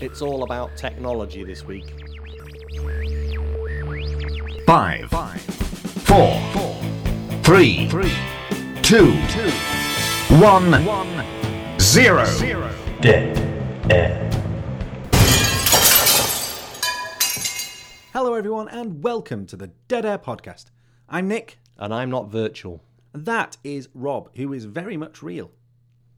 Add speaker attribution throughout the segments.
Speaker 1: It's all about technology this week.
Speaker 2: Five, four, three, two, one, zero.
Speaker 3: Hello, everyone, and welcome to the Dead Air Podcast. I'm Nick,
Speaker 1: And I'm not virtual.
Speaker 3: and that is Rob, who is very much real.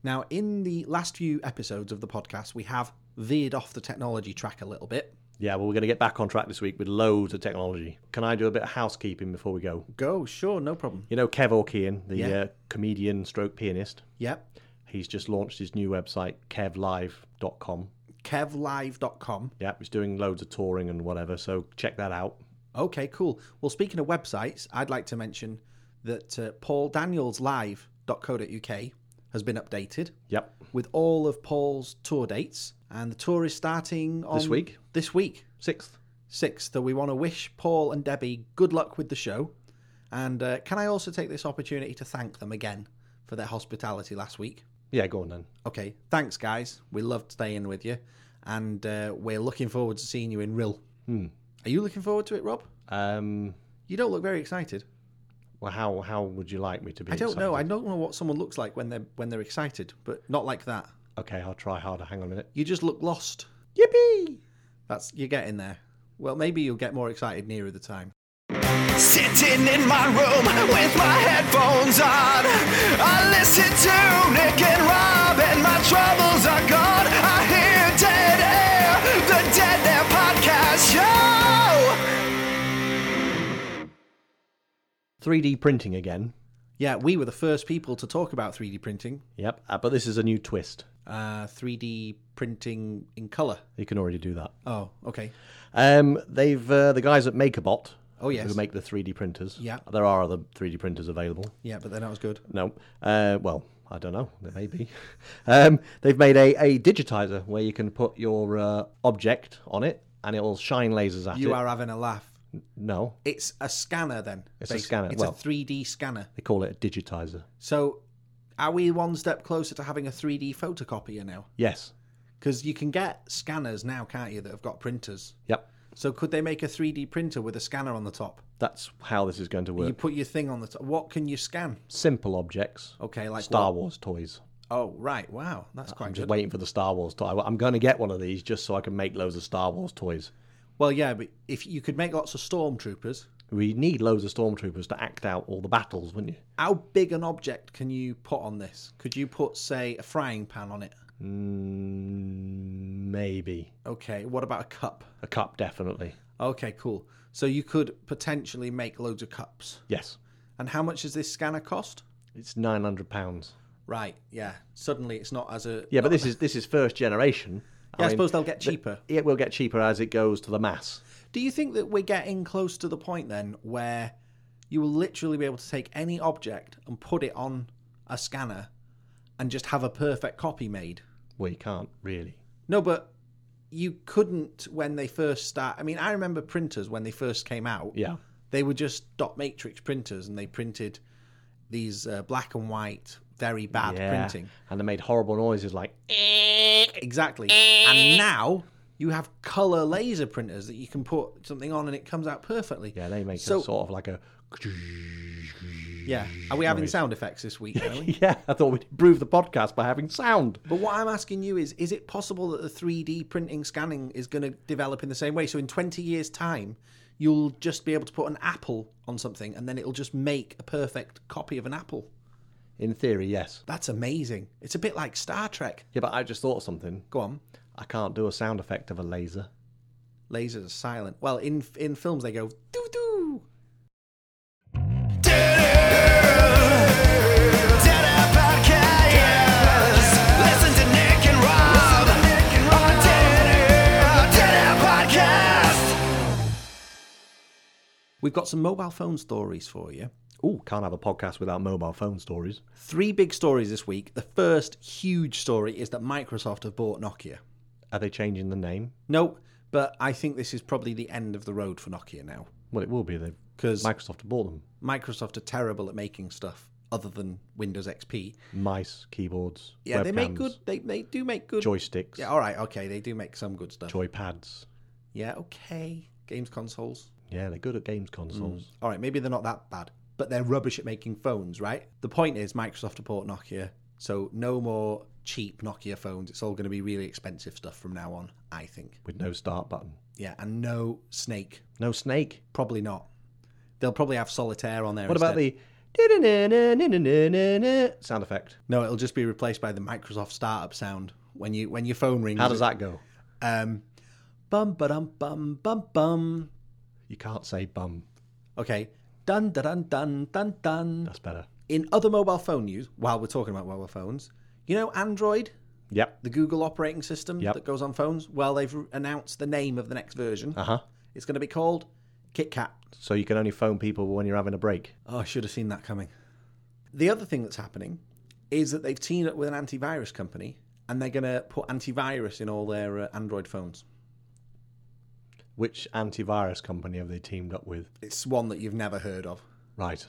Speaker 3: Now, in the last few episodes of the podcast, we have veered off the technology track a little bit.
Speaker 1: Yeah, well, we're going to get back on track this week with loads of technology. Can I do a bit of housekeeping before we go?
Speaker 3: Go, sure, no problem.
Speaker 1: You know Kev Orkian, the
Speaker 3: Yeah.
Speaker 1: uh, comedian stroke pianist,
Speaker 3: Yep,
Speaker 1: he's just launched his new website, kevlive.com.
Speaker 3: kevlive.com.
Speaker 1: Yeah, he's doing loads of touring and whatever, so check that out.
Speaker 3: Okay, cool. Well, speaking of websites, I'd like to mention that uh, pauldanielslive.co.uk has been updated
Speaker 1: Yep.
Speaker 3: with all of Paul's tour dates, and the tour is starting on
Speaker 1: This week?
Speaker 3: This week,
Speaker 1: Sixth.
Speaker 3: Sixth, that we want to wish Paul and Debbie good luck with the show. And uh, can I also take this opportunity to thank them again for their hospitality last week?
Speaker 1: Yeah, go on then.
Speaker 3: Okay, thanks, guys. We loved staying with you. And uh, we're looking forward to seeing you in Rill.
Speaker 1: Hmm.
Speaker 3: Are you looking forward to it, Rob?
Speaker 1: Um,
Speaker 3: You don't look very excited.
Speaker 1: well, how how would you like me to be?
Speaker 3: I don't know. I
Speaker 1: excited?
Speaker 3: don't know what someone looks like when they're when they're excited, but not like that.
Speaker 1: Okay, I'll try harder. Hang on a minute.
Speaker 3: You just look lost.
Speaker 1: Yippee!
Speaker 3: That's you're getting there. Well, maybe you'll get more excited nearer the time.
Speaker 2: Sitting in my room with my headphones on, I listen to Nick and Rob, and my troubles are gone. I hear Dead Air, the Dead Air Podcast Show.
Speaker 1: 3D printing again.
Speaker 3: Yeah, we were the first people to talk about 3D printing,
Speaker 1: Yep, uh, but this is a new twist.
Speaker 3: uh, 3D printing in color.
Speaker 1: You can already do that.
Speaker 3: Oh, okay.
Speaker 1: Um, they've uh, the guys at MakerBot.
Speaker 3: Oh, yes.
Speaker 1: who make the 3D printers.
Speaker 3: Yeah.
Speaker 1: there are other 3D printers available.
Speaker 3: Yeah, but then that was good.
Speaker 1: No, uh, well, I don't know. There may be. um, they've made a, a digitizer where you can put your uh, object on it and it'll shine lasers at
Speaker 3: You
Speaker 1: it.
Speaker 3: are having a laugh.
Speaker 1: No,
Speaker 3: It's a scanner then.
Speaker 1: It's a
Speaker 3: basically.
Speaker 1: scanner,
Speaker 3: It's
Speaker 1: well-
Speaker 3: a 3D scanner.
Speaker 1: they call it a digitizer.
Speaker 3: So are we one step closer to having a 3D photocopier now?
Speaker 1: Yes.
Speaker 3: Because you can get scanners now, can't you, that have got printers?
Speaker 1: Yep.
Speaker 3: So could they make a 3D printer with a scanner on the top?
Speaker 1: That's how this is going to work.
Speaker 3: You put your thing on the top. What can you scan?
Speaker 1: Simple objects.
Speaker 3: Okay, like
Speaker 1: Star
Speaker 3: what?
Speaker 1: Wars toys.
Speaker 3: Oh, right. Wow, that's quite
Speaker 1: I'm
Speaker 3: good.
Speaker 1: just waiting for the Star Wars toy. I'm going to get one of these just so I can make loads of Star Wars toys.
Speaker 3: Well, yeah, but if you could make lots of stormtroopers,
Speaker 1: We need loads of stormtroopers to act out all the battles, wouldn't you?
Speaker 3: how big an object can you put on this? Could you put, say, a frying pan on it?
Speaker 1: Mm, maybe
Speaker 3: Okay, what about a cup?
Speaker 1: a cup, definitely.
Speaker 3: Okay, cool. So you could potentially make loads of cups.
Speaker 1: Yes,
Speaker 3: And how much does this scanner cost?
Speaker 1: it's nine hundred pounds.
Speaker 3: Right, yeah. Suddenly it's not as a.
Speaker 1: Yeah, but this is this is first generation.
Speaker 3: Yeah, I,
Speaker 1: mean,
Speaker 3: suppose they'll get cheaper.
Speaker 1: It will get cheaper as it goes to the mass.
Speaker 3: Do you think that we're getting close to the point then where you will literally be able to take any object and put it on a scanner and just have a perfect copy made?
Speaker 1: Well, you can't really.
Speaker 3: No, but you couldn't when they first start. I mean, I remember printers when they first came out.
Speaker 1: Yeah,
Speaker 3: They were just dot matrix printers and they printed these uh, black and white, very bad
Speaker 1: yeah.
Speaker 3: printing.
Speaker 1: and they made horrible noises like
Speaker 3: Exactly. And now you have color laser printers that you can put something on and it comes out perfectly.
Speaker 1: yeah. They make
Speaker 3: So-
Speaker 1: a sort of like a
Speaker 3: Yeah. Are we having sound effects this week? Are we?
Speaker 1: yeah. I thought we'd improve the podcast by having sound.
Speaker 3: but what I'm asking you is is it possible that the 3D printing scanning is going to develop in the same way? So in 20 years' time, you'll just be able to put an apple on something and then it'll just make a perfect copy of an apple.
Speaker 1: In theory, yes.
Speaker 3: That's amazing. It's a bit like Star Trek.
Speaker 1: Yeah, but I just thought of something.
Speaker 3: Go on.
Speaker 1: I can't do a sound effect of a laser.
Speaker 3: Lasers are silent. Well, in in films they go doo doo.
Speaker 2: Dead Air, Dead Air Podcast. Listen to Nick and Rob on Dead Air, Dead Air Podcast.
Speaker 3: We've got some mobile phone stories for you.
Speaker 1: Ooh, can't have a podcast without mobile phone stories.
Speaker 3: Three big stories this week. The first huge story is that Microsoft have bought Nokia.
Speaker 1: Are they changing the name?
Speaker 3: Nope. But I think this is probably the end of the road for Nokia now
Speaker 1: Well, it will be. They
Speaker 3: because
Speaker 1: Microsoft have bought them.
Speaker 3: Microsoft are terrible at making stuff other than Windows XP.
Speaker 1: Mice, keyboards,
Speaker 3: Yeah, they make
Speaker 1: webcams,
Speaker 3: good. They they do make good.
Speaker 1: joysticks,
Speaker 3: Yeah, all right, okay, they do make some good stuff.
Speaker 1: joypads.
Speaker 3: Yeah, okay, games consoles.
Speaker 1: Yeah, they're good at games consoles.
Speaker 3: All right, maybe they're not that bad, but they're rubbish at making phones, right? The point is, Microsoft support Nokia, so no more cheap Nokia phones. It's all going to be really expensive stuff from now on, I think.
Speaker 1: with no start button.
Speaker 3: Yeah, and no Snake,
Speaker 1: No snake.
Speaker 3: probably not. They'll probably have Solitaire on there.
Speaker 1: What about
Speaker 3: instead.
Speaker 1: the "Da-da-na-na-na-na-na-na" sound effect?
Speaker 3: No, it'll just be replaced by the Microsoft startup sound when you when your phone rings.
Speaker 1: How does that go?
Speaker 3: Um, bum ba dum bum bum bum.
Speaker 1: You can't say bum.
Speaker 3: Okay. Dun da dun dun dun dun.
Speaker 1: That's better.
Speaker 3: In other mobile phone news, while we're talking about mobile phones, you know Android,
Speaker 1: Yep.
Speaker 3: the Google operating system
Speaker 1: Yep.
Speaker 3: that goes on phones. Well, they've r- announced the name of the next version.
Speaker 1: Uh huh.
Speaker 3: It's going to be called KitKat.
Speaker 1: So you can only phone people when you're having a break.
Speaker 3: Oh, I should have seen that coming. The other thing that's happening is that they've teamed up with an antivirus company, and they're going to put antivirus in all their uh, Android phones.
Speaker 1: Which antivirus company have they teamed up with?
Speaker 3: It's one that you've never heard of.
Speaker 1: Right.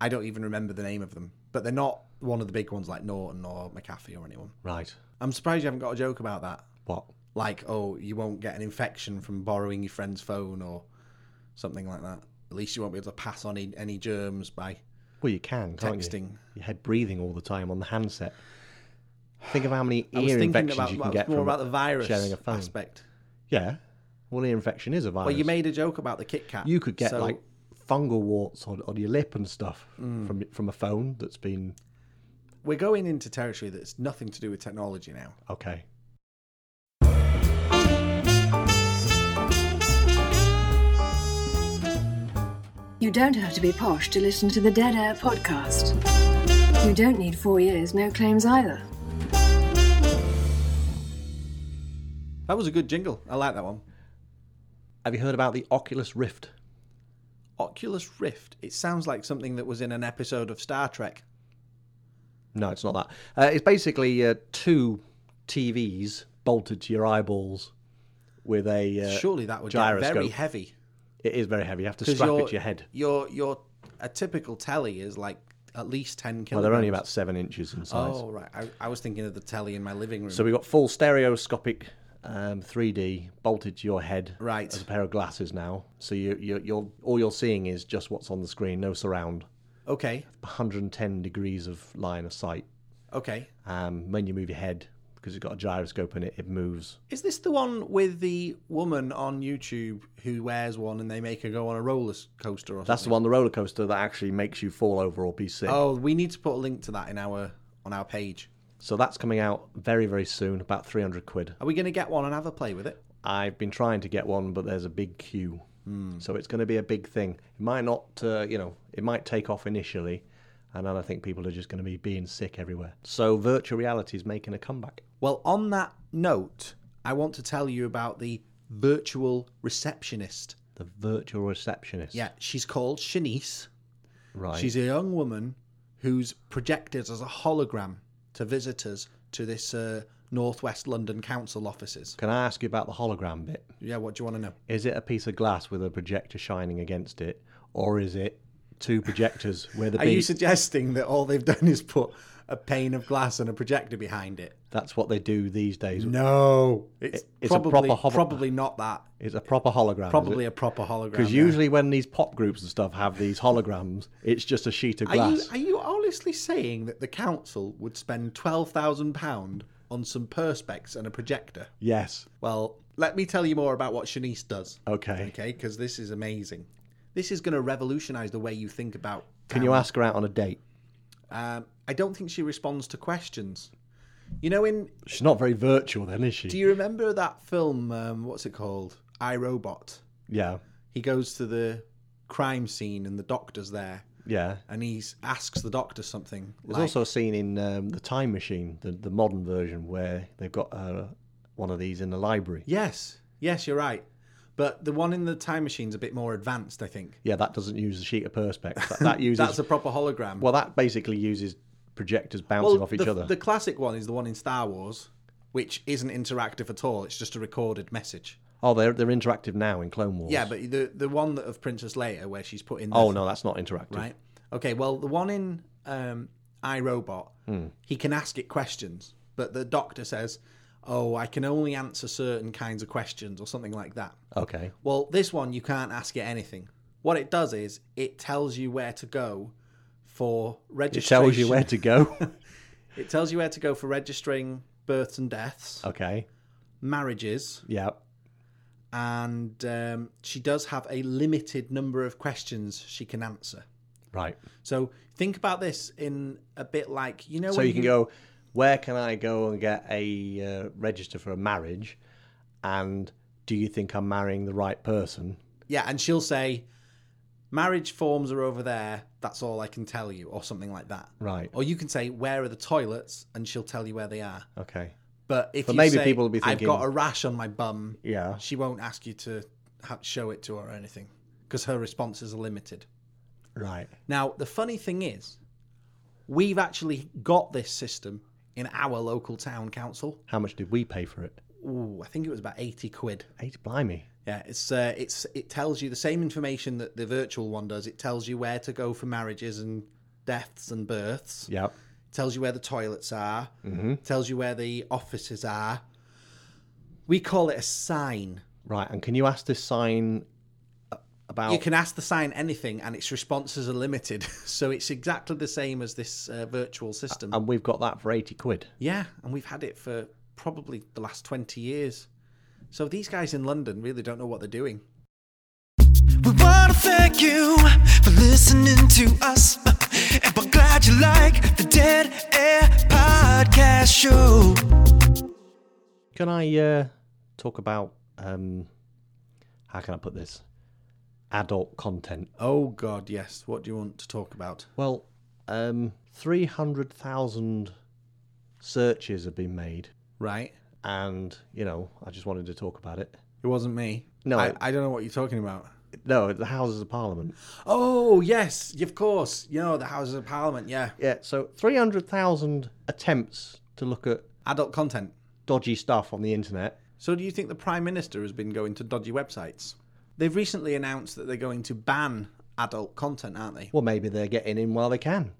Speaker 3: I don't even remember the name of them, but they're not one of the big ones like Norton or McAfee or anyone.
Speaker 1: Right.
Speaker 3: I'm surprised you haven't got a joke about that.
Speaker 1: What?
Speaker 3: Like, oh, you won't get an infection from borrowing your friend's phone or something like that. At least you won't be able to pass on any, any germs by
Speaker 1: Well, you can, can't you?
Speaker 3: texting.
Speaker 1: You had breathing all the time on the handset. Think of how many
Speaker 3: I was
Speaker 1: ear
Speaker 3: thinking
Speaker 1: infections
Speaker 3: about,
Speaker 1: you
Speaker 3: I
Speaker 1: can
Speaker 3: was
Speaker 1: get
Speaker 3: more
Speaker 1: from
Speaker 3: about the virus
Speaker 1: sharing a phone.
Speaker 3: aspect.
Speaker 1: Yeah. Well, ear infection is a virus.
Speaker 3: Well, you made a joke about the Kit Kat.
Speaker 1: You could get
Speaker 3: so-
Speaker 1: like fungal warts on, on your lip and stuff
Speaker 3: Mm.
Speaker 1: from from a phone that's been
Speaker 3: We're going into territory that's nothing to do with technology now.
Speaker 1: okay.
Speaker 4: You don't have to be posh to listen to the Dead Air podcast. You don't need four years, no claims either.
Speaker 3: That was a good jingle. I like that one.
Speaker 1: Have you heard about the Oculus Rift?
Speaker 3: Oculus Rift. It sounds like something that was in an episode of Star Trek.
Speaker 1: No, it's not that. Uh, it's basically uh, two TVs bolted to your eyeballs with a. Uh,
Speaker 3: Surely that would
Speaker 1: gyroscope.
Speaker 3: get very heavy.
Speaker 1: It is very heavy. You have to
Speaker 3: 'Cause
Speaker 1: strap
Speaker 3: your-
Speaker 1: it to your head.
Speaker 3: Your your a typical telly is like at least ten
Speaker 1: Well,
Speaker 3: kilograms.
Speaker 1: they're only about seven inches in size.
Speaker 3: Oh right, I, I was thinking of the telly in my living room.
Speaker 1: So we've got full stereoscopic um, 3D bolted to your head.
Speaker 3: Right.
Speaker 1: As a pair of glasses now. So you, you, you're, all you're seeing is just what's on the screen, no surround.
Speaker 3: okay,
Speaker 1: 110 degrees of line of sight.
Speaker 3: okay.
Speaker 1: Um, when you move your head, because it's got a gyroscope in it, it moves.
Speaker 3: Is this the one with the woman on YouTube who wears one and they make her go on a roller s- coaster or
Speaker 1: That's the
Speaker 3: something?
Speaker 1: one, the roller coaster, that actually makes you fall over or be sick.
Speaker 3: Oh, we need to put a link to that in our on our page.
Speaker 1: So that's coming out very, very soon, about 300 quid.
Speaker 3: Are we going to get one and have a play with it?
Speaker 1: I've been trying to get one, but there's a big queue.
Speaker 3: Hmm.
Speaker 1: So it's going to be a big thing. It might not, uh, you know, it might take off initially, and then I think people are just going to be being sick everywhere. So virtual reality is making a comeback.
Speaker 3: Well, on that note, I want to tell you about the virtual receptionist.
Speaker 1: The virtual receptionist.
Speaker 3: Yeah, she's called Shanice.
Speaker 1: Right.
Speaker 3: She's a young woman who's projected as a hologram to visitors to this uh, Northwest London council offices.
Speaker 1: Can I ask you about the hologram bit?
Speaker 3: Yeah, what do you want to know?
Speaker 1: Is it a piece of glass with a projector shining against it, or is it two projectors where the
Speaker 3: Are you
Speaker 1: beam-
Speaker 3: suggesting that all they've done is put a pane of glass and a projector behind it?
Speaker 1: That's what they do these days.
Speaker 3: No, it's,
Speaker 1: It's a
Speaker 3: probably
Speaker 1: proper holo-
Speaker 3: probably not that.
Speaker 1: It's a proper hologram. is
Speaker 3: Probably
Speaker 1: it?
Speaker 3: a proper hologram.
Speaker 1: Because
Speaker 3: yeah.
Speaker 1: usually when these pop groups and stuff have these holograms, it's just a sheet of
Speaker 3: Are
Speaker 1: glass.
Speaker 3: you, are you honestly saying that the council would spend twelve thousand pound on some perspex and a projector?
Speaker 1: Yes.
Speaker 3: Well, let me tell you more about what Shanice does.
Speaker 1: Okay.
Speaker 3: Okay, because this is amazing. This is going to revolutionise the way you think about.
Speaker 1: Can you ask her out on a date?
Speaker 3: Um, I don't think she responds to questions. You know, in
Speaker 1: She's not very virtual, then, is she?
Speaker 3: do you remember that film? Um, what's it called? I Robot.
Speaker 1: Yeah.
Speaker 3: He goes to the crime scene and the doctor's there,
Speaker 1: Yeah.
Speaker 3: and he asks the doctor something.
Speaker 1: There's also a scene in um, the Time Machine, the, the modern version, where they've got uh, one of these in the library.
Speaker 3: Yes, yes, you're right. But the one in the time machine's a bit more advanced, I think.
Speaker 1: Yeah, that doesn't use the sheet of perspex. That, that uses
Speaker 3: That's a proper hologram.
Speaker 1: well, that basically uses projectors bouncing
Speaker 3: Well,
Speaker 1: off each
Speaker 3: the,
Speaker 1: other.
Speaker 3: the classic one is the one in Star Wars, which isn't interactive at all. It's just a recorded message.
Speaker 1: Oh, they're they're interactive now in Clone Wars.
Speaker 3: Yeah, but the the one that of Princess Leia where she's put in. The,
Speaker 1: oh no, that's not interactive.
Speaker 3: right. Okay, well, the one in um, iRobot,
Speaker 1: Hmm.
Speaker 3: he can ask it questions, but the doctor says, "Oh, I can only answer certain kinds of questions" or something like that.
Speaker 1: Okay.
Speaker 3: Well, this one you can't ask it anything. What it does is it tells you where to go for
Speaker 1: It
Speaker 3: registration.
Speaker 1: tells you where to go.
Speaker 3: It tells you where to go for registering births and deaths,
Speaker 1: okay.
Speaker 3: marriages,
Speaker 1: Yeah.
Speaker 3: and um, she does have a limited number of questions she can answer.
Speaker 1: Right.
Speaker 3: So think about this in a bit like you know.
Speaker 1: So
Speaker 3: when
Speaker 1: you can go, where can I go and get a uh, register for a marriage? And do you think I'm marrying the right person?
Speaker 3: Yeah, and she'll say, "Marriage forms are over there. That's all I can tell you," or something like that.
Speaker 1: Right.
Speaker 3: Or you can say, "Where are the toilets?" and she'll tell you where they are.
Speaker 1: Okay.
Speaker 3: But if
Speaker 1: But
Speaker 3: you
Speaker 1: maybe
Speaker 3: say,
Speaker 1: people will be thinking-
Speaker 3: "I've got a rash on my bum,"
Speaker 1: Yeah.
Speaker 3: she won't ask you to ha show it to her or anything because her responses are limited.
Speaker 1: Right.
Speaker 3: Now, the funny thing is, we've actually got this system in our local town council.
Speaker 1: How much did we pay for it?
Speaker 3: Ooh, I think it was about eighty quid.
Speaker 1: Eight blimey.
Speaker 3: Yeah, it's uh, it's it tells you the same information that the virtual one does. It tells you where to go for marriages and deaths and births.
Speaker 1: Yeah.
Speaker 3: It tells you where the toilets are. Mm-hmm. Tells you where the offices are. We call it a sign.
Speaker 1: Right. And can you ask this sign a- about?
Speaker 3: You can ask the sign anything, and its responses are limited. so it's exactly the same as this uh, virtual system.
Speaker 1: And we've got that for eighty quid.
Speaker 3: yeah, and we've had it for probably the last twenty years. So these guys in London really don't know what they're doing.
Speaker 2: We want to thank you for listening to us. And we're glad you like the Dead Air Podcast Show.
Speaker 1: Can I uh, talk about um, how can I put this? Adult content.
Speaker 3: Oh God, yes. What do you want to talk about?
Speaker 1: Well, um, three hundred thousand searches have been made,
Speaker 3: Right.
Speaker 1: and you know, I just wanted to talk about it.
Speaker 3: It wasn't me.
Speaker 1: No,
Speaker 3: I,
Speaker 1: it-
Speaker 3: I don't know what you're talking about.
Speaker 1: No, the Houses of Parliament.
Speaker 3: Oh yes, of course. You know the Houses of Parliament. Yeah,
Speaker 1: Yeah, so three hundred thousand attempts to look at
Speaker 3: adult content.
Speaker 1: dodgy stuff on the internet.
Speaker 3: So do you think the Prime Minister has been going to dodgy websites? They've recently announced that they're going to ban adult content, aren't they?
Speaker 1: Well, maybe they're getting in while they can.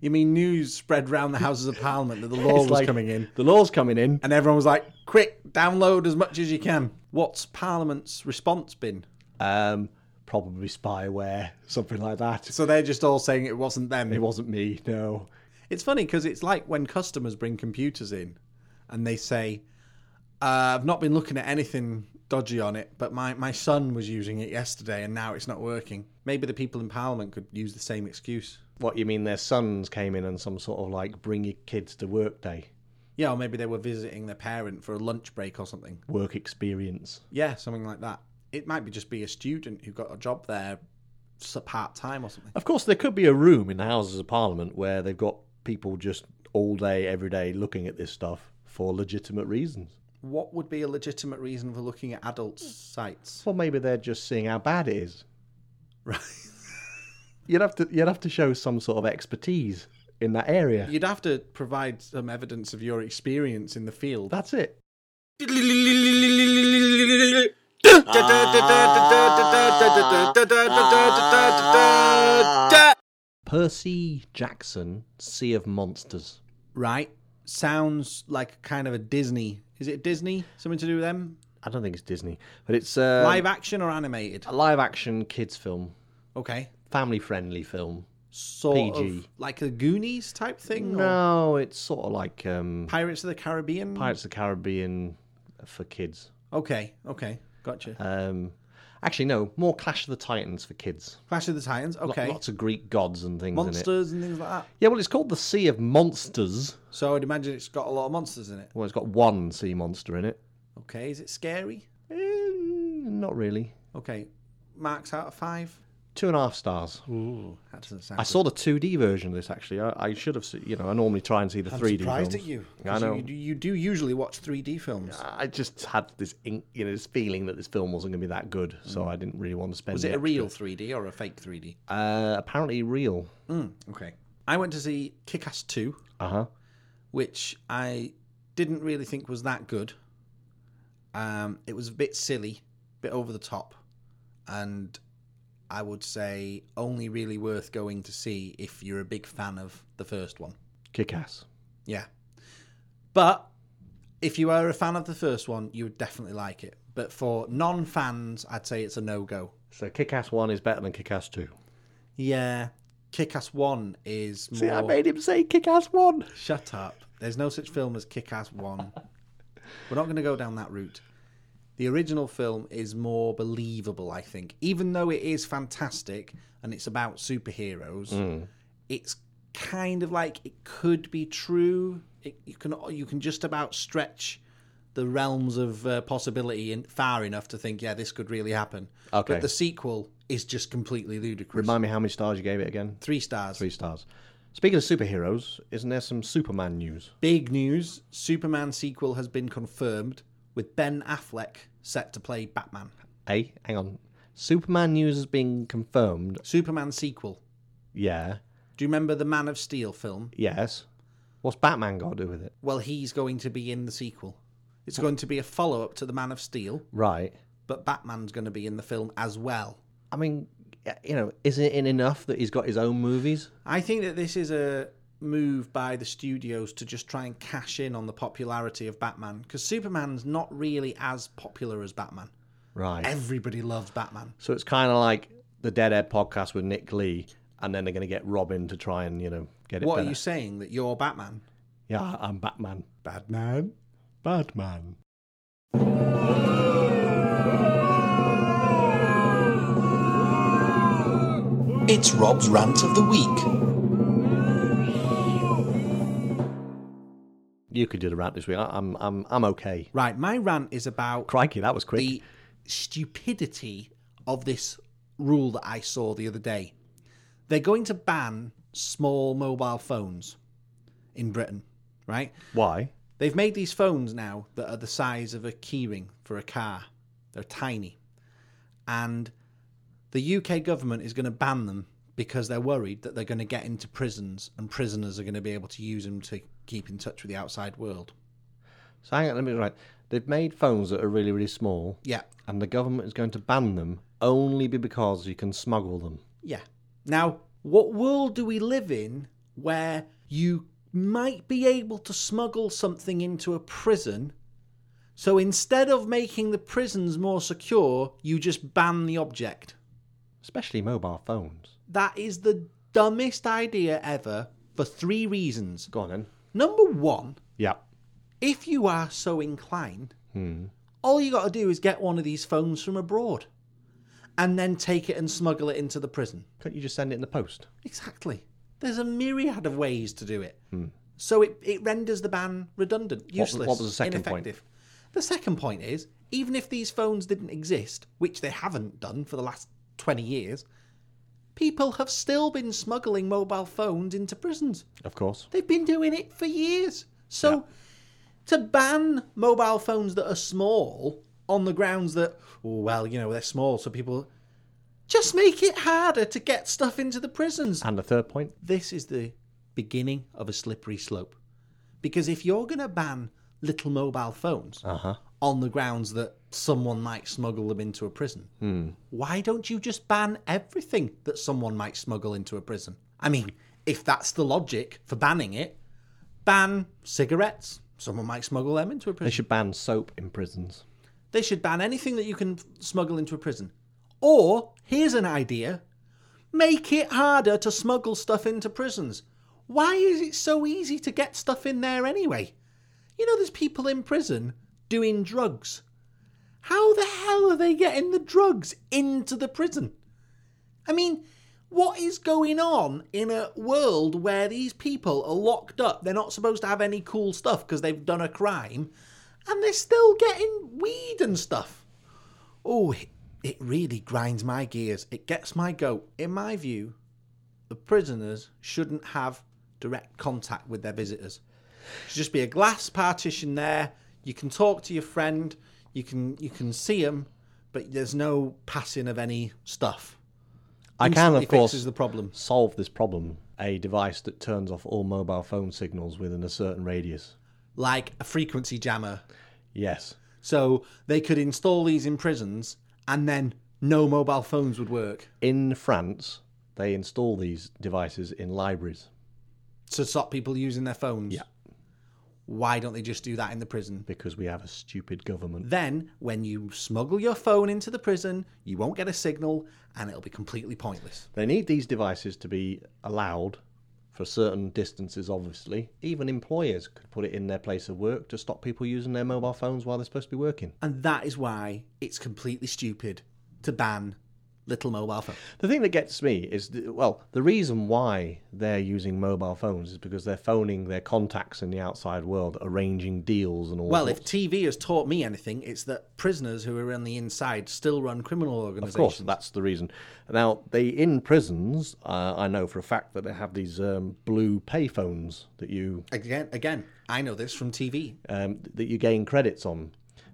Speaker 3: You mean news spread round the Houses of Parliament that the law was
Speaker 1: It's like
Speaker 3: coming in,
Speaker 1: The law's coming in.
Speaker 3: and everyone was like, "Quick, download as much as you can." What's Parliament's response been?
Speaker 1: Um, probably spyware, something like that.
Speaker 3: So they're just all saying it wasn't them.
Speaker 1: It wasn't me. No.
Speaker 3: It's funny because it's like when customers bring computers in and they say, uh, I've not been looking at anything dodgy on it, but my, my son was using it yesterday and now it's not working. Maybe the people in Parliament could use the same excuse.
Speaker 1: What you mean? Their sons came in on some sort of like bring your kids to work day,
Speaker 3: Yeah, or maybe they were visiting their parent for a lunch break or something.
Speaker 1: work experience.
Speaker 3: Yeah, something like that. It might be just be a student who got a job there part time or something.
Speaker 1: Of course, there could be a room in the Houses of Parliament where they've got people just all day, every day looking at this stuff for legitimate reasons.
Speaker 3: What would be a legitimate reason for looking at adult sites?
Speaker 1: Well, maybe they're just seeing how bad it is.
Speaker 3: Right.
Speaker 1: You'd have to you'd have to show some sort of expertise in that area.
Speaker 3: You'd have to provide some evidence of your experience in the field.
Speaker 1: That's it. Percy Jackson, Sea of Monsters.
Speaker 3: right? Sounds like kind of a Disney. Is it Disney? Something to do with them?
Speaker 1: I don't think it's Disney, but it's uh,
Speaker 3: Live action or animated?
Speaker 1: a live action kids film,
Speaker 3: Okay.
Speaker 1: family friendly film.
Speaker 3: Sort
Speaker 1: PG.
Speaker 3: of like a Goonies type thing? Or
Speaker 1: No, it's sort of like um,
Speaker 3: Pirates of the Caribbean?
Speaker 1: Pirates of the Caribbean for kids.
Speaker 3: okay, okay. Gotcha.
Speaker 1: Um, actually, no, more Clash of the Titans for kids.
Speaker 3: Clash of the Titans?
Speaker 1: Lo-
Speaker 3: Okay.
Speaker 1: lots of Greek gods and things in it.
Speaker 3: Monsters and things like that.
Speaker 1: Yeah, well, it's called the Sea of Monsters.
Speaker 3: So I'd imagine it's got a lot of monsters in it.
Speaker 1: Well, it's got one sea monster in it.
Speaker 3: Okay. Is it scary?
Speaker 1: Eh, not really.
Speaker 3: Okay. Marks out of five?
Speaker 1: Two and a half stars.
Speaker 3: Ooh, that doesn't sound
Speaker 1: I saw the 2D version of this actually. I, I should have, se- you know, I normally try and see the 3D.
Speaker 3: surprised
Speaker 1: films.
Speaker 3: at you.
Speaker 1: I
Speaker 3: 'cause
Speaker 1: know.
Speaker 3: You, you do usually watch 3D films.
Speaker 1: I just had this, in, you know, this feeling that this film wasn't going to be that good, so I didn't really want to spend.
Speaker 3: Was
Speaker 1: the
Speaker 3: it a
Speaker 1: extra-
Speaker 3: real 3D or a fake 3D?
Speaker 1: Uh, apparently real.
Speaker 3: Hmm, Okay. I went to see Kick Ass 2,
Speaker 1: Uh huh.
Speaker 3: which I didn't really think was that good. Um, it was a bit silly, a bit over the top, and I would say only really worth going to see if you're a big fan of the first one.
Speaker 1: Kick ass.
Speaker 3: Yeah. But if you are a fan of the first one, you would definitely like it. But for non fans, I'd say it's a no go.
Speaker 1: So Kick Ass 1 is better than Kick Ass 2.
Speaker 3: Yeah. Kick Ass 1 is more.
Speaker 1: See, I made him say Kick Ass 1.
Speaker 3: Shut up. There's no such film as Kick Ass 1. We're not going to go down that route. The original film is more believable, I think. Even though it is fantastic and it's about superheroes,
Speaker 1: Hmm.
Speaker 3: it's kind of like it could be true. It, you can you can just about stretch the realms of uh, possibility in, far enough to think, yeah, this could really happen.
Speaker 1: Okay.
Speaker 3: But the sequel is just completely ludicrous.
Speaker 1: Remind me how many stars you gave it again.
Speaker 3: Three stars.
Speaker 1: Three stars. Speaking of superheroes, isn't there some Superman news?
Speaker 3: Big news Superman sequel has been confirmed with Ben Affleck set to play Batman.
Speaker 1: Eh? Hang on. Superman news has been confirmed.
Speaker 3: Superman sequel.
Speaker 1: Yeah.
Speaker 3: Do you remember the Man of Steel film?
Speaker 1: Yes. What's Batman got to do with it?
Speaker 3: Well, he's going to be in the sequel. It's going to be a follow up to The Man of Steel,
Speaker 1: Right.
Speaker 3: but Batman's going to be in the film as well.
Speaker 1: I mean, you know, isn't it enough that he's got his own movies?
Speaker 3: I think that this is a move by the studios to just try and cash in on the popularity of Batman because Superman's not really as popular as Batman.
Speaker 1: Right.
Speaker 3: Everybody loves Batman.
Speaker 1: So it's kind of like the Dead Air podcast with Nick Lee, and then they're going to get Robin to try and you know get it.
Speaker 3: What are
Speaker 1: better.
Speaker 3: you saying? That you're Batman?
Speaker 1: Yeah, I- I'm Batman.
Speaker 3: Batman?
Speaker 1: Batman.
Speaker 2: It's Rob's Rant of the Week.
Speaker 1: You could do the rant this week. I- I'm I'm I'm okay.
Speaker 3: Right, my rant is about
Speaker 1: Crikey, that was quick.
Speaker 3: the stupidity of this rule that I saw the other day. They're going to ban small mobile phones in Britain, right?
Speaker 1: Why?
Speaker 3: They've made these phones now that are the size of a keyring for a car. They're tiny. And the UK government is going to ban them because they're worried that they're going to get into prisons and prisoners are going to be able to use them to keep in touch with the outside world.
Speaker 1: So hang on, let me right. They've made phones that are really really small,
Speaker 3: Yeah.
Speaker 1: and the government is going to ban them only be because you can smuggle them.
Speaker 3: Yeah. Now, what world do we live in where you might be able to smuggle something into a prison? So instead of making the prisons more secure, you just ban the object.
Speaker 1: Especially mobile phones.
Speaker 3: That is the dumbest idea ever for three reasons.
Speaker 1: Go on then.
Speaker 3: Number one,
Speaker 1: Yeah.
Speaker 3: if you are so inclined, all you got to do is get one of these phones from abroad and then take it and smuggle it into the prison.
Speaker 1: Couldn't you just send it in the post?
Speaker 3: Exactly. There's a myriad of ways to do it. So it, it renders the ban redundant, useless,
Speaker 1: Hmm. what was the second point?
Speaker 3: ineffective. The second point is even if these phones didn't exist, which they haven't done for the last 20 years, people have still been smuggling mobile phones into prisons.
Speaker 1: Of course.
Speaker 3: They've been doing it for years. So to ban mobile phones that are small on the grounds that, oh, well, you know, they're small, so people just make it harder to get stuff into the prisons.
Speaker 1: And the third point.
Speaker 3: This is the beginning of a slippery slope. Because if you're going to ban little mobile phones
Speaker 1: Uh-huh.
Speaker 3: on the grounds that someone might smuggle them into a prison,
Speaker 1: Hmm.
Speaker 3: why don't you just ban everything that someone might smuggle into a prison? I mean, if that's the logic for banning it, ban cigarettes. Someone might smuggle them into a prison.
Speaker 1: They should ban soap in prisons.
Speaker 3: They should ban anything that you can f- smuggle into a prison. Or, here's an idea make it harder to smuggle stuff into prisons. Why is it so easy to get stuff in there anyway? You know, there's people in prison doing drugs. How the hell are they getting the drugs into the prison? I mean, what is going on in a world where these people are locked up? They're not supposed to have any cool stuff because they've done a crime, and they're still getting weed and stuff. Oh, it, it really grinds my gears. It gets my goat. In my view, the prisoners shouldn't have direct contact with their visitors. Should just be a glass partition there. You can talk to your friend. You can you can see them, but there's no passing of any stuff.
Speaker 1: I can,
Speaker 3: Instantly
Speaker 1: of course,
Speaker 3: fixes the problem.
Speaker 1: solve this problem. A device that turns off all mobile phone signals within a certain radius.
Speaker 3: Like a frequency jammer.
Speaker 1: Yes.
Speaker 3: So they could install these in prisons and then no mobile phones would work
Speaker 1: In France, they install these devices in libraries
Speaker 3: to stop people using their phones.
Speaker 1: Yeah.
Speaker 3: Why don't they just do that in the prison?
Speaker 1: because we have a stupid government.
Speaker 3: Then, when you smuggle your phone into the prison, you won't get a signal and it'll be completely pointless.
Speaker 1: They need these devices to be allowed for certain distances, obviously. Even employers could put it in their place of work to stop people using their mobile phones while they're supposed to be working.
Speaker 3: And that is why it's completely stupid to ban little mobile phones.
Speaker 1: The thing that gets me is, th- well, the reason why they're using mobile phones is because they're phoning their contacts in the outside world, arranging deals and all.
Speaker 3: Well,
Speaker 1: sorts.
Speaker 3: if TV has taught me anything, it's that prisoners who are on the inside still run criminal organizations.
Speaker 1: Of course, that's the reason. Now, they in prisons, uh, I know for a fact that they have these um, blue payphones that you
Speaker 3: Again, again, I know this from TV.
Speaker 1: um, that you gain credits on.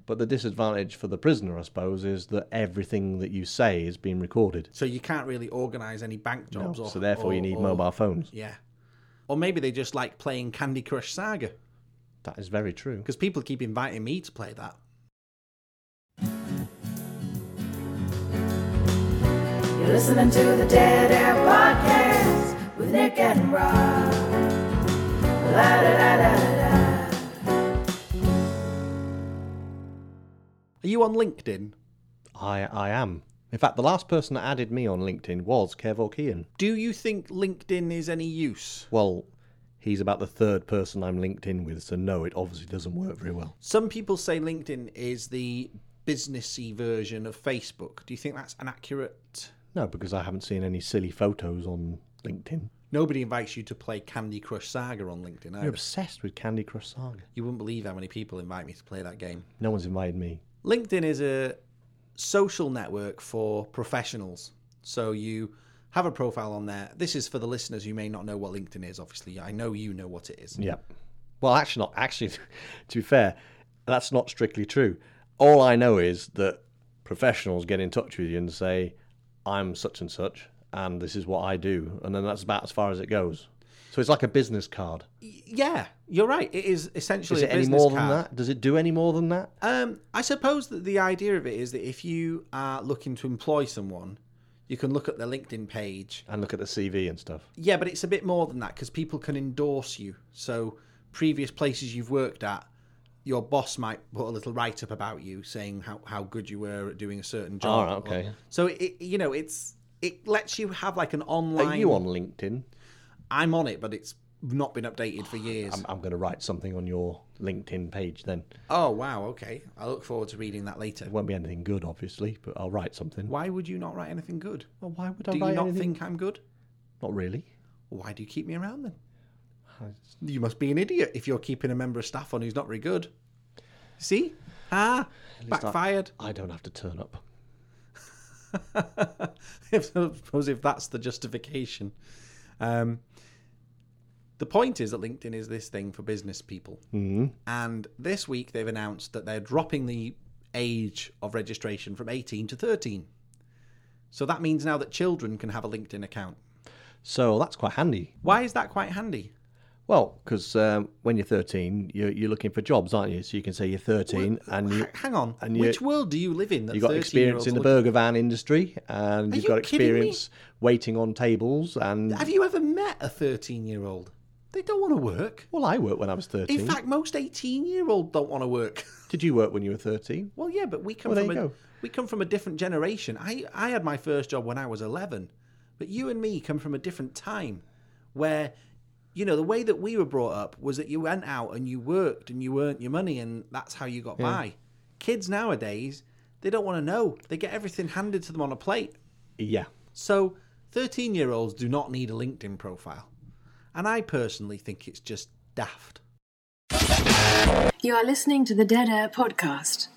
Speaker 1: But the disadvantage for the prisoner, I suppose, is that everything that you say is being recorded.
Speaker 3: So you can't really organize any bank jobs. or,
Speaker 1: So therefore, you
Speaker 3: or-
Speaker 1: need
Speaker 3: or-
Speaker 1: mobile phones.
Speaker 3: Yeah. Or maybe they just like playing Candy Crush Saga
Speaker 1: That is very true.
Speaker 3: because people keep inviting me to play that.
Speaker 5: You're listening to the Dead Air Podcast with Nick and Rob. La da da da da.
Speaker 3: Are you on LinkedIn?
Speaker 1: I I am. In fact, the last person that added me on LinkedIn was Kev O'Kean.
Speaker 3: Do you think LinkedIn is any use?
Speaker 1: Well, he's about the third person I'm linked in with, so no, it obviously doesn't work very well.
Speaker 3: Some people say LinkedIn is the businessy version of Facebook. Do you think that's an accurate?
Speaker 1: No, because I haven't seen any silly photos on LinkedIn.
Speaker 3: Nobody invites you to play Candy Crush Saga on LinkedIn.
Speaker 1: You're
Speaker 3: Either.
Speaker 1: obsessed with Candy Crush Saga.
Speaker 3: You wouldn't believe how many people invite me to play that game.
Speaker 1: No one's invited me.
Speaker 3: LinkedIn is a social network for professionals. So you have a profile on there. This is for the listeners who may not know what LinkedIn is, obviously. I know you know what it is.
Speaker 1: Yeah. Well, actually, not actually. To be fair, that's not strictly true. All I know is that professionals get in touch with you and say, "I'm such and such, and this is what I do," and then that's about as far as it goes. So it's like a business card.
Speaker 3: Y- Yeah, you're right. It is essentially
Speaker 1: Is it
Speaker 3: a
Speaker 1: any
Speaker 3: business
Speaker 1: more than
Speaker 3: card.
Speaker 1: that? Does it do any more than that?
Speaker 3: Um, I suppose that the idea of it is that if you are looking to employ someone, you can look at their LinkedIn page.
Speaker 1: And look at the CV and stuff.
Speaker 3: Yeah, but it's a bit more than that because people can endorse you. So previous places you've worked at, your boss might put a little write up about you saying how, how good you were at doing a certain job.
Speaker 1: All right, okay.
Speaker 3: So it you know it's it lets you have like an online.
Speaker 1: Are you on LinkedIn?
Speaker 3: I'm on it, but it's not been updated for years.
Speaker 1: I'm, I'm going to write something on your LinkedIn page then.
Speaker 3: Oh wow, okay. I look forward to reading that later.
Speaker 1: It won't be anything good, obviously, but I'll write something.
Speaker 3: Why would you not write anything good?
Speaker 1: Well, why would I
Speaker 3: Do you
Speaker 1: write
Speaker 3: not
Speaker 1: anything?
Speaker 3: think I'm good?
Speaker 1: Not really.
Speaker 3: Why do you keep me around then? You must be an idiot if you're keeping a member of staff on who's not very good. See? Ah,
Speaker 1: least I-
Speaker 3: backfired.
Speaker 1: I don't have to turn up.
Speaker 3: I suppose if that's the justification. Um, the point is that LinkedIn is this thing for business people. Mm-hmm. And this week they've announced that they're dropping the age of registration from 18 to 13. So that means now that children can have a LinkedIn account.
Speaker 1: So that's quite handy.
Speaker 3: Why is that quite handy?
Speaker 1: Well, because um, when you're 13, you're, you're looking for jobs, aren't you? So you can say you're 13 and you,
Speaker 3: H- Hang on.
Speaker 1: and you-
Speaker 3: Which world do you live in? That
Speaker 1: you've got
Speaker 3: 13
Speaker 1: experience in the
Speaker 3: year olds
Speaker 1: burger van industry and you've
Speaker 3: you
Speaker 1: got
Speaker 3: kidding me?
Speaker 1: experience waiting on tables. And
Speaker 3: look- Have you ever met a 13 year old? They don't want to work.
Speaker 1: well, I worked when I was 13.
Speaker 3: In fact, most 18 year old don't want to work.
Speaker 1: Did you work when you were 13?
Speaker 3: Well, yeah, but we come
Speaker 1: Well, there
Speaker 3: from a,
Speaker 1: you go.
Speaker 3: we come from a different generation. I I had my first job when I was 11, but you and me come from a different time where you know, the way that we were brought up was that you went out and you worked and you earned your money and that's how you got by. Kids nowadays, they don't want to know. They get everything handed to them on a plate.
Speaker 1: Yeah.
Speaker 3: So, 13 year olds do not need a LinkedIn profile. And I personally think it's just daft.
Speaker 4: You are listening to the Dead Air Podcast.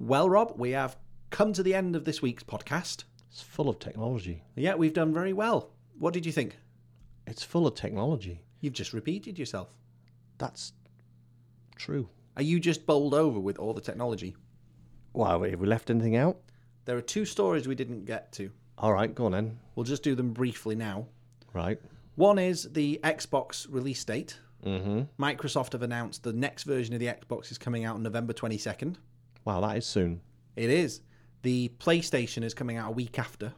Speaker 3: Well, Rob, we have come to the end of this week's podcast.
Speaker 1: It's full of technology.
Speaker 3: Yeah, we've done very well. What did you think?
Speaker 1: It's full of technology.
Speaker 3: You've just repeated yourself.
Speaker 1: That's true.
Speaker 3: Are you just bowled over with all the technology?
Speaker 1: Wow, have we left anything out?
Speaker 3: There are two stories we didn't get to.
Speaker 1: All right, go on then.
Speaker 3: We'll just do them briefly now.
Speaker 1: Right.
Speaker 3: One is the Xbox release date. Mm-hmm. Microsoft have announced the next version of the Xbox is coming out on November 22nd.
Speaker 1: Wow, that is soon.
Speaker 3: It is. The PlayStation is coming out a week after.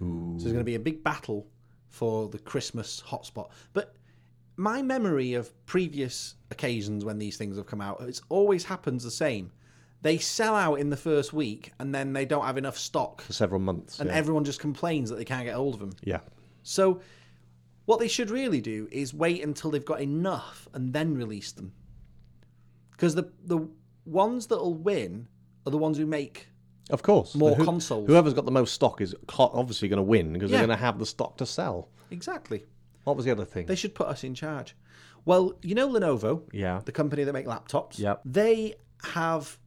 Speaker 3: So there's going to be a big battle for the Christmas hotspot. But my memory of previous occasions when these things have come out, it's always happens the same. They sell out in the first week and then they don't have enough stock.
Speaker 1: for several months.
Speaker 3: And
Speaker 1: yeah.
Speaker 3: everyone just complains that they can't get hold of them.
Speaker 1: yeah.
Speaker 3: So, what they should really do is wait until they've got enough and then release them. Because the the ones that'll win are the ones who make.
Speaker 1: Of course.
Speaker 3: More
Speaker 1: The who-
Speaker 3: consoles.
Speaker 1: Whoever's got the most stock is co- obviously going to win because
Speaker 3: Yeah.
Speaker 1: they're going to have the stock to sell.
Speaker 3: Exactly.
Speaker 1: What was the other thing?
Speaker 3: They should put us in charge. Well, you know Lenovo,
Speaker 1: Yeah.
Speaker 3: the company that make laptops.
Speaker 1: Yep.
Speaker 3: They have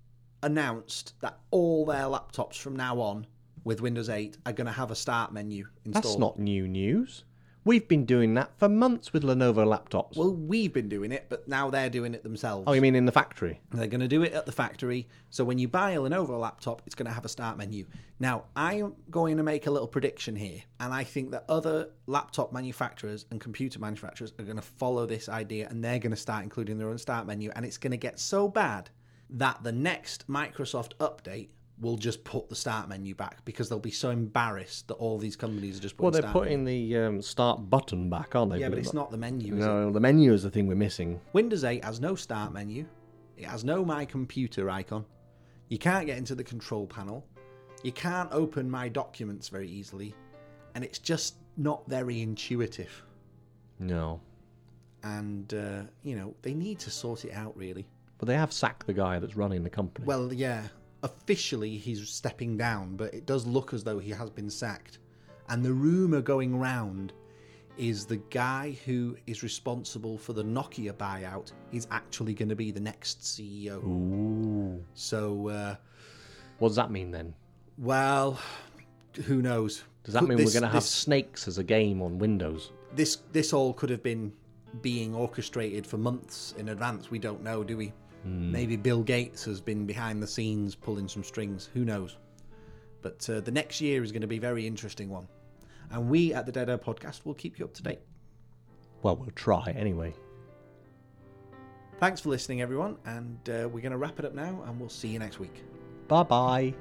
Speaker 3: announced that all their laptops from now on with Windows 8 are going to have a start menu installed.
Speaker 1: That's not new news. We've been doing that for months with Lenovo laptops.
Speaker 3: Well, we've been doing it, but now they're doing it themselves.
Speaker 1: oh, you mean in the factory?
Speaker 3: They're going to do it at the factory. So when you buy a Lenovo laptop, it's going to have a start menu. Now, I'm going to make a little prediction here, and I think that other laptop manufacturers and computer manufacturers are going to follow this idea and they're going to start including their own start menu. And it's going to get so bad that the next Microsoft update will just put the start menu back because they'll be so embarrassed that all these companies are just putting
Speaker 1: Well, they're
Speaker 3: start menu.
Speaker 1: putting the um, start button back, aren't they?
Speaker 3: Yeah, but it's not the menu, is it?
Speaker 1: No, the menu is the thing we're missing.
Speaker 3: Windows 8 has no start menu. It has no My Computer icon. You can't get into the control panel. You can't open My Documents very easily. And it's just not very intuitive.
Speaker 1: No.
Speaker 3: And, uh, you know, they need to sort it out, really.
Speaker 1: But they have sacked the guy that's running the company.
Speaker 3: Well, yeah, officially he's stepping down, but it does look as though he has been sacked. And the rumour going round is the guy who is responsible for the Nokia buyout is actually going to be the next CEO.
Speaker 1: Ooh.
Speaker 3: So, uh,
Speaker 1: What does that mean then?
Speaker 3: well, who knows?
Speaker 1: Does that
Speaker 3: Could
Speaker 1: mean
Speaker 3: this-
Speaker 1: we're going to have
Speaker 3: this-
Speaker 1: snakes as a game on Windows?
Speaker 3: this? This all could have been being orchestrated for months in advance. We don't know, do we? Maybe Bill Gates has been behind the scenes pulling some strings. Who knows? But uh, the next year is going to be a very interesting one, and we at the Dead Air Podcast will keep you up to date.
Speaker 1: Well, we'll try anyway.
Speaker 3: Thanks for listening, everyone, and uh, we're going to wrap it up now, and we'll see you next week.
Speaker 1: Bye bye.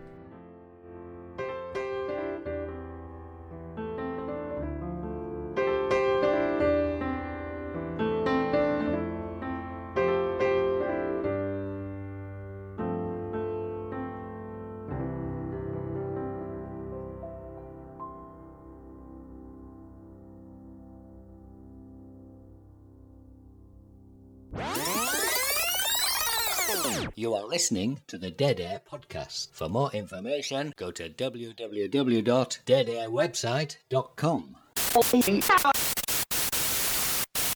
Speaker 6: You are listening to the Dead Air Podcast. For more information, go to www.deadairwebsite.com.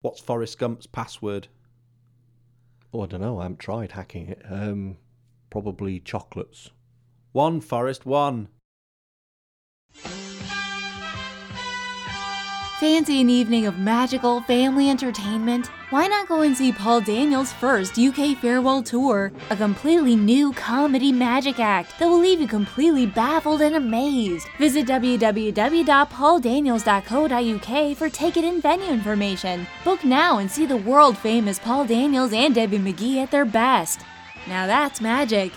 Speaker 3: What's Forrest Gump's password?
Speaker 1: Oh, I don't know. I haven't tried hacking it. Um, probably chocolates.
Speaker 3: One, Forrest, one.
Speaker 7: Fancy an evening of magical family entertainment? Why not go and see Paul Daniels' first UK farewell tour? A completely new comedy magic act that will leave you completely baffled and amazed. Visit www.pauldaniels.co.uk for ticket and venue information. Book now and see the world famous Paul Daniels and Debbie McGee at their best. Now that's magic.